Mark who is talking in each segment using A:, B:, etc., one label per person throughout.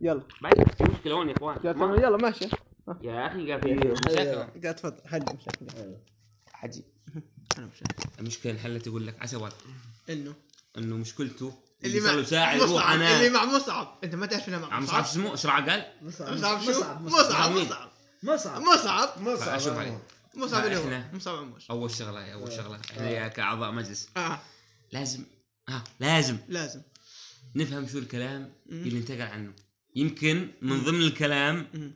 A: يلا
B: بعدين في مشكله هون يا
A: قاعد
B: اخوان
A: تعمل-
B: ما-
A: يلا ماشي
B: يا اخي قاعد
C: إيه،
B: في مشاكل
A: قاعد تفضل حل مشاكل
B: أه،
C: حجي
A: أنا مشاكل.
B: المشكله انحلت يقول لك عسى وات
A: انه
B: انه مشكلته
D: اللي
B: صار له
D: مع
B: ساعه يروح
D: مصعب اللي
B: انا
D: مع مصعب انت ما تعرف انه مع
B: عم مصعب شو
D: مصعب
B: اسمه ايش راح قال؟
D: مصعب شو
C: مصعب
D: مصعب
B: مين؟
D: مصعب
C: مصعب
D: مصعب
C: مصعب
B: أشوف عليه.
D: مصعب اللي
B: إحنا.
D: هو مصعب عموش
B: اول شغله هي، اول
C: آه.
B: شغله احنا كاعضاء مجلس
D: اه
B: لازم ها لازم
D: لازم
B: نفهم شو الكلام
D: مم.
B: اللي انتقل عنه يمكن من ضمن الكلام
D: مم.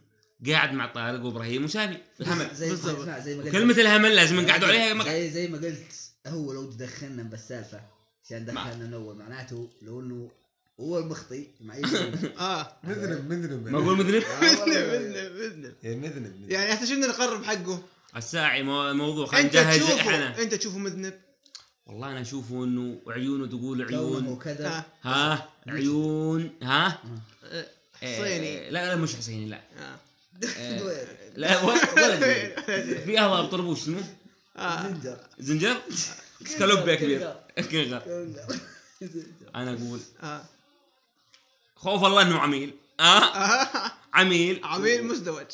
B: قاعد مع طارق وابراهيم وسامي الهمل
C: زي
D: بالضبط.
C: اسمع، زي ما قلت
B: كلمه الهمل لازم نقعدوا عليها ما
C: زي زي ما قلت هو لو دخلنا بالسالفه عشان دخلنا من اول معناته لو انه هو المخطي مع اي شيء.
D: اه
E: مذنب مذنب
B: ما اقول
C: آه،
B: مذنب
D: باذن
C: والله.
D: باذن باذن
E: يعني مذنب مذنب.
D: يعني حتى شنو نقرب حقه
B: الساعي مو- موضوع خلينا
D: انت
B: نجهز احنا
D: تشوفه انت تشوفه مذنب
B: والله انا اشوفه انه عيونه تقول
C: كونه
B: عيون
C: كذا
D: ها
B: ها عيون ها
D: آه،
B: إيه،
D: حصيني
B: لا لا مش حسيني لا
D: اه
B: إيه،
C: دوير.
B: لا و- ولد في اهضم طربوش اسمه
D: آه.
C: زنجر
B: زنجر سكالوب كبير
C: زنجر.
B: كنغر
C: زنجر.
B: انا اقول
D: آه.
B: خوف الله انه عميل اه
D: آه.
B: عميل
D: عميل مزدوج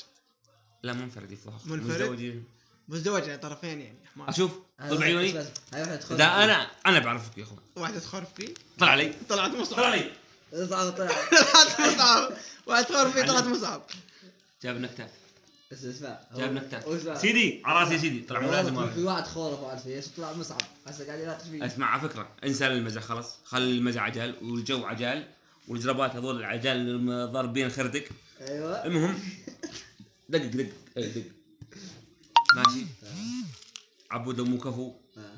B: لا منفرد يفوق
D: منفرد؟
B: مزدوجين.
D: مزدوج يعني طرفين يعني حمار
B: اشوف طلع عيوني
C: هاي واحد تخرج
B: لا انا انا بعرفك يا اخوان
D: واحدة تخرب فيه
B: طلع علي
D: طلعت
B: طلع
D: مصعب
B: علي
C: اطلع اطلع
D: طلعت مصعب واحدة تخرب فيه طلعت مصعب
B: جاب نكتة
C: اسمع اسمع
B: جاب
C: واسمع.
B: نكتة سيدي على راسي سيدي طلع مو لازم
C: في
B: أعرف.
C: واحد خورف وعارف ايش طلع مصعب هسه قاعد يناقش
D: إيه.
C: فيه
B: اسمع على فكرة انسى المزح خلاص خل المزح عجال والجو عجال والجربات هذول العجال الم- ضاربين خردك
C: ايوه
B: المهم دق دق إيه، دق ماشي عبود لو مو كفو
C: آه.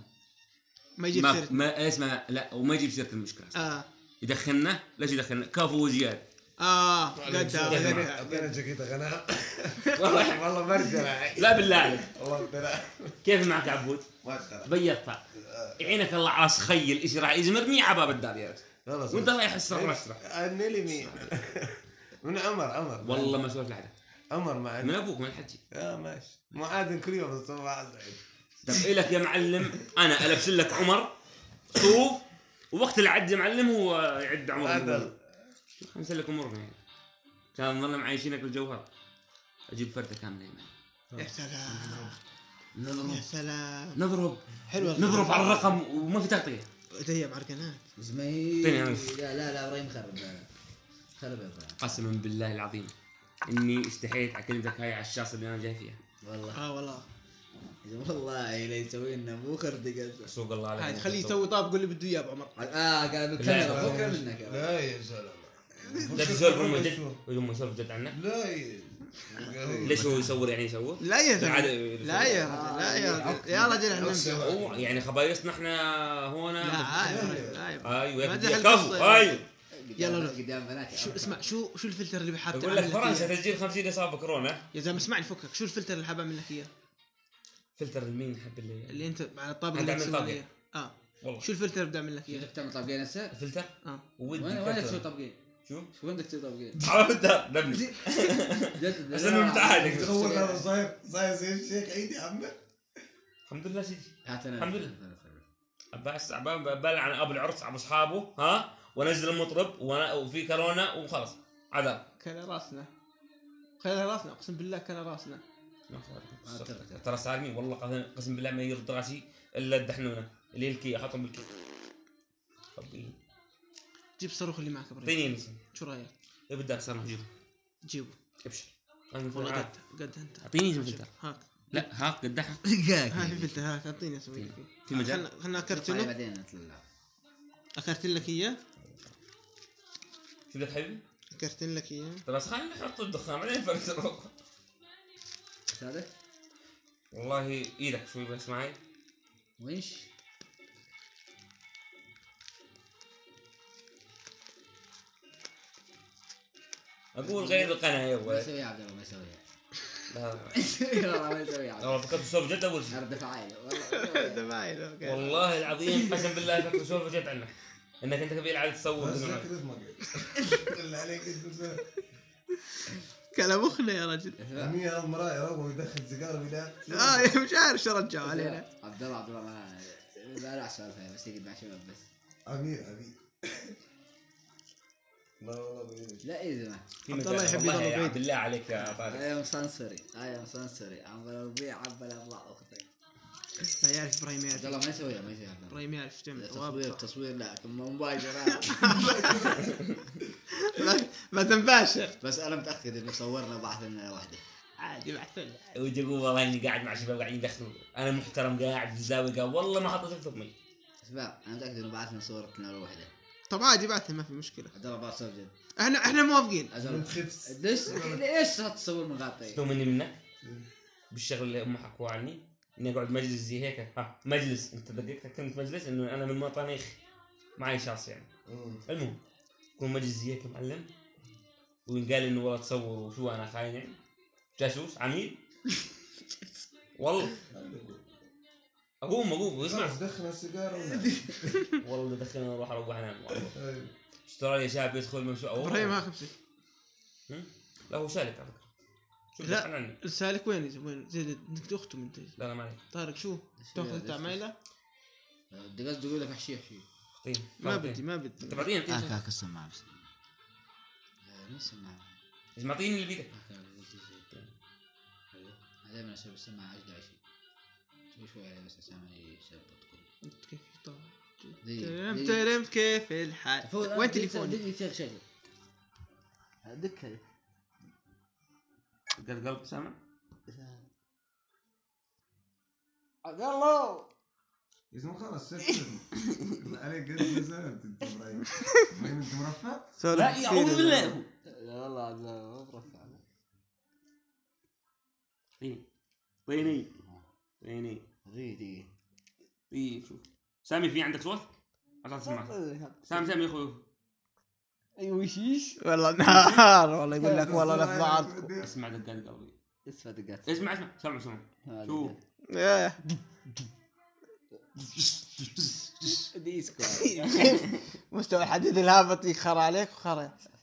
D: ما يجيب
B: ما,
D: سيرة
B: ما إيه، اسمع لا وما يجيب سيرة المشكلة
D: اه
B: يدخلنا ليش يدخلنا كفو وزياد
D: اه قد
E: اعطينا جاكيت غناء والله ما اقدر
B: لا بالله عليك
E: والله ما
B: كيف معك عبود؟
E: اقدر
B: بيضت يعينك الله على سخيل ايش راح يزمرني على باب الدار يا رجل
E: خلاص
B: وانت الله يحس الرشرة
E: اني لمين من عمر عمر
B: والله ما سولفت لحدا
E: عمر ما
B: من
E: عاد
B: ابوك من الحجي
E: اه ماشي مو عاد كل يوم الصبح أزعج.
B: طب الك يا معلم انا البس لك عمر صوف ووقت اللي عد يا معلم هو يعد عمر
E: هذا
B: خلنا نسلك امورنا يعني كان نظلم عايشينك بالجوهر اجيب فرده كامله يا معلم.
D: يا سلام يا
B: نضرب
D: سلام
B: نضرب
D: حلوة
B: نضرب على الرقم وما في تغطيه
D: هي معركنات
C: زميل
B: اعطيني أنا.
C: لا لا لا ابراهيم خرب لا، لا. خرب يا ابراهيم
B: قسما بالله العظيم اني استحيت على كلمتك هاي على الشاصه اللي انا جاي فيها
C: والله
D: اه والله
C: والله لا يسوي لنا مو خردقه
B: سوق الله
D: عاد خليه يسوي طابق اللي بده اياه بعمر
C: اه قاعد
B: لا،
C: بالكاميرا فكر منك يا
E: لا يا زلمه
B: لا تسولف امه جد ويوم يسولف جد عنك
E: لا يا
B: ليش هو يصور يعني يصور؟
D: لا يا
B: بالعادة-
D: زلمه لا يا رجل لا يا رجل يا رجل احنا نمزح.
B: هو يعني خبايصنا احنا
D: لا
B: هنا
D: عايب عايب
B: ايوه يا
D: ما
B: أخي،
D: دخل
B: كفو
D: قصة.
B: ايوه
D: يلا،
C: يلا
D: يلا.
C: قدام بناتي
D: شو اسمع شو شو الفلتر اللي بحاطه
B: يقول لك إيه؟ فرنسا تسجيل 50 اصابه كورونا
D: يا زلمه اسمعني فكك شو الفلتر اللي حاب اعمل لك اياه
B: فلتر مين حب اللي
D: اللي انت على الطابق
B: هذا
D: اللي
B: عمل
D: بتسوي
B: طابق.
D: لي إياه. اه
B: والله
D: شو الفلتر اللي بدي اعمل لك اياه
C: بدك تعمل طبقين هسه
B: فلتر
D: اه
B: ودي
C: وين وين تسوي
B: فلتر.
C: طبقين؟
B: شو؟
C: شو وين بدك تسوي طبقين؟
B: على الدار نبني
C: جد
B: بس أنا متعالج.
E: تخون هذا صاير صاير زي الشيخ عيدي عمه
B: الحمد لله سيدي الحمد
C: الحمد لله
B: بس بلعن ابو العرس ابو اصحابه ها وانزل المطرب وأنا وفي كورونا وخلاص عذاب
D: كان راسنا كان راسنا اقسم بالله كان راسنا
B: ما خالف. ترى صارني والله قسم- قسم بالله ما يرد راسي الا الدحنونه اللي هي الكي احطهم بالكي ربي.
D: جيب الصاروخ اللي معك ابراهيم
B: اعطيني الاسم
D: شو رايك
B: ابدا صار موجود
D: جيبه
B: إيه ابشر
D: والله قد
B: آه.
D: قد انت
B: اعطيني اسم فلتر
D: هاك
B: لا ها قدها
D: هاي
C: دقايق
D: فلتر هاك اعطيني اسوي لك إياه.
B: في مجال؟ طيب.
D: خلنا- خلنا
C: هاي
D: اكرتله
C: بعدين نتلعب
D: اكرتل لك اياه
B: شو بدك حبيبي؟
D: اكرتل لك اياه
B: ترى طيب، خلينا نحط الدخان بعدين نفلتره
C: هذا
B: والله ايدك شوي بس معي
C: ويش؟
B: اقول غير القناه يا
C: ما
B: ولد
C: يسويها عبد الله ما يسويها
B: لا
C: والله ما يسويها عبد الله
B: لو فكرت سولف جد اول شيء
C: عرض دفاعي والله
D: والله
B: والله العظيم قسم بالله فكرت سولف جد عنك انك انت كبير على تصور
E: بس
B: بدون عمل.
E: ما اللي عليك انت
D: كلام مخنا يا رجل
E: مين هذا مرايه هو يدخل سيجاره بلا
D: اه مش عارف شو رجعوا علينا
C: عبد- عبد الله عبد الله ما ما راح سوالفها بس يقعد مع شباب بس
E: امير امير لا والله بإيدك.
C: لا اي زمان
B: في
D: عبد
B: مجال.
D: الله يحب
B: والله
D: يضرب
B: يا
D: بعيد.
B: عبد الله عليك يا طارق
C: اي ام سنسوري اي ام سنسوري ايه، عم ربيع عبل الله اختي
D: لا يعرف ابراهيم
C: عبد
D: يعرف
C: الله ما يسويها ما يسويها
D: ابراهيم يعرف جمع
C: تصوير
D: وابط.
C: تصوير لا كم مباشرة
D: ما- ما تنباشر
C: بس انا متاكد انه صورنا بعث لنا واحده
D: عادي بعث له
B: ويقول والله اني قاعد مع شباب قاعدين يدخنوا انا محترم قاعد في الزاويه قال والله ما حطيت فمي
C: اسمع انا متاكد انه بعث لنا صورتنا الواحده
D: طب عادي بعث ما في مشكله
C: عبد الله بعث صور جد
D: احنا احنا موافقين
E: ما
C: اجل
E: تخفش
C: ليش ليش تصور مغطي؟
B: تو مني منك بالشغل اللي امي حكوا عني اني اقعد مجلس زي هيك ها مجلس انت دقيقتك كلمه مجلس انه انا من مطانيخ معي شخص يعني
E: مم.
B: المهم يكون مجلس زي هيك معلم وينقال انه والله تصور وشو انا خاين يعني جاسوس عميل والله اقوم اقوم واسمع
E: خلاص دخن السيجاره ولا؟
B: والله دخلنا اروح اروح انام والله.
E: طيب.
B: استراليا شاب يدخل ممسوح أوه.
D: ابراهيم ها خمسه
B: هم؟ لا هو سالك على فكره شو
D: لا.
B: لا عني
D: سالك وين يا زلمة؟ وين زيد انت اخته من
B: لا لا ما عليك
D: طارق شو تاخذ تاع عمايله
C: دقيقة تقول لك حشي حشي
B: اعطيني
D: ما بدي آه. ما بدي
B: انت بعدين
C: هاك هاك السماعة بس إيه، مو السماعة
B: معطيني اللي بيدك
C: هاك هاك قلت شيء أنا دائما أشرب السماعة أشقى شيء شوي شوي بس السماعة يشبط كله
D: انت كيف طارق؟
C: دي-
D: تلم
C: دي-
D: تلم كيف الحال وين تليفوني؟
C: دقيقة شغل دقة
B: قد قلب سامع
D: عبد الله
E: يا زلمه خلاص سكر بالله عليك قد ما زعلت انت ابراهيم ابراهيم انت مرفع؟
B: لا يا اعوذ بالله
C: لا والله عبد الله مبروك
B: ويني ويني ويني
C: دقيقة
B: اي إيه؟ شوف سامي في عندك صوت؟ اعطى سماعة سامي سامي يا اخوي
A: ايوه شيش
D: والله نهار والله يقول لك والله لا في بعضكم
B: اسمع دقات قلبي
C: اسمع دقات
B: اسمع اسمع سامع سامع شو؟
D: إيه.
C: ديسكو
D: مستوى الحديد الهابط يخر عليك وخر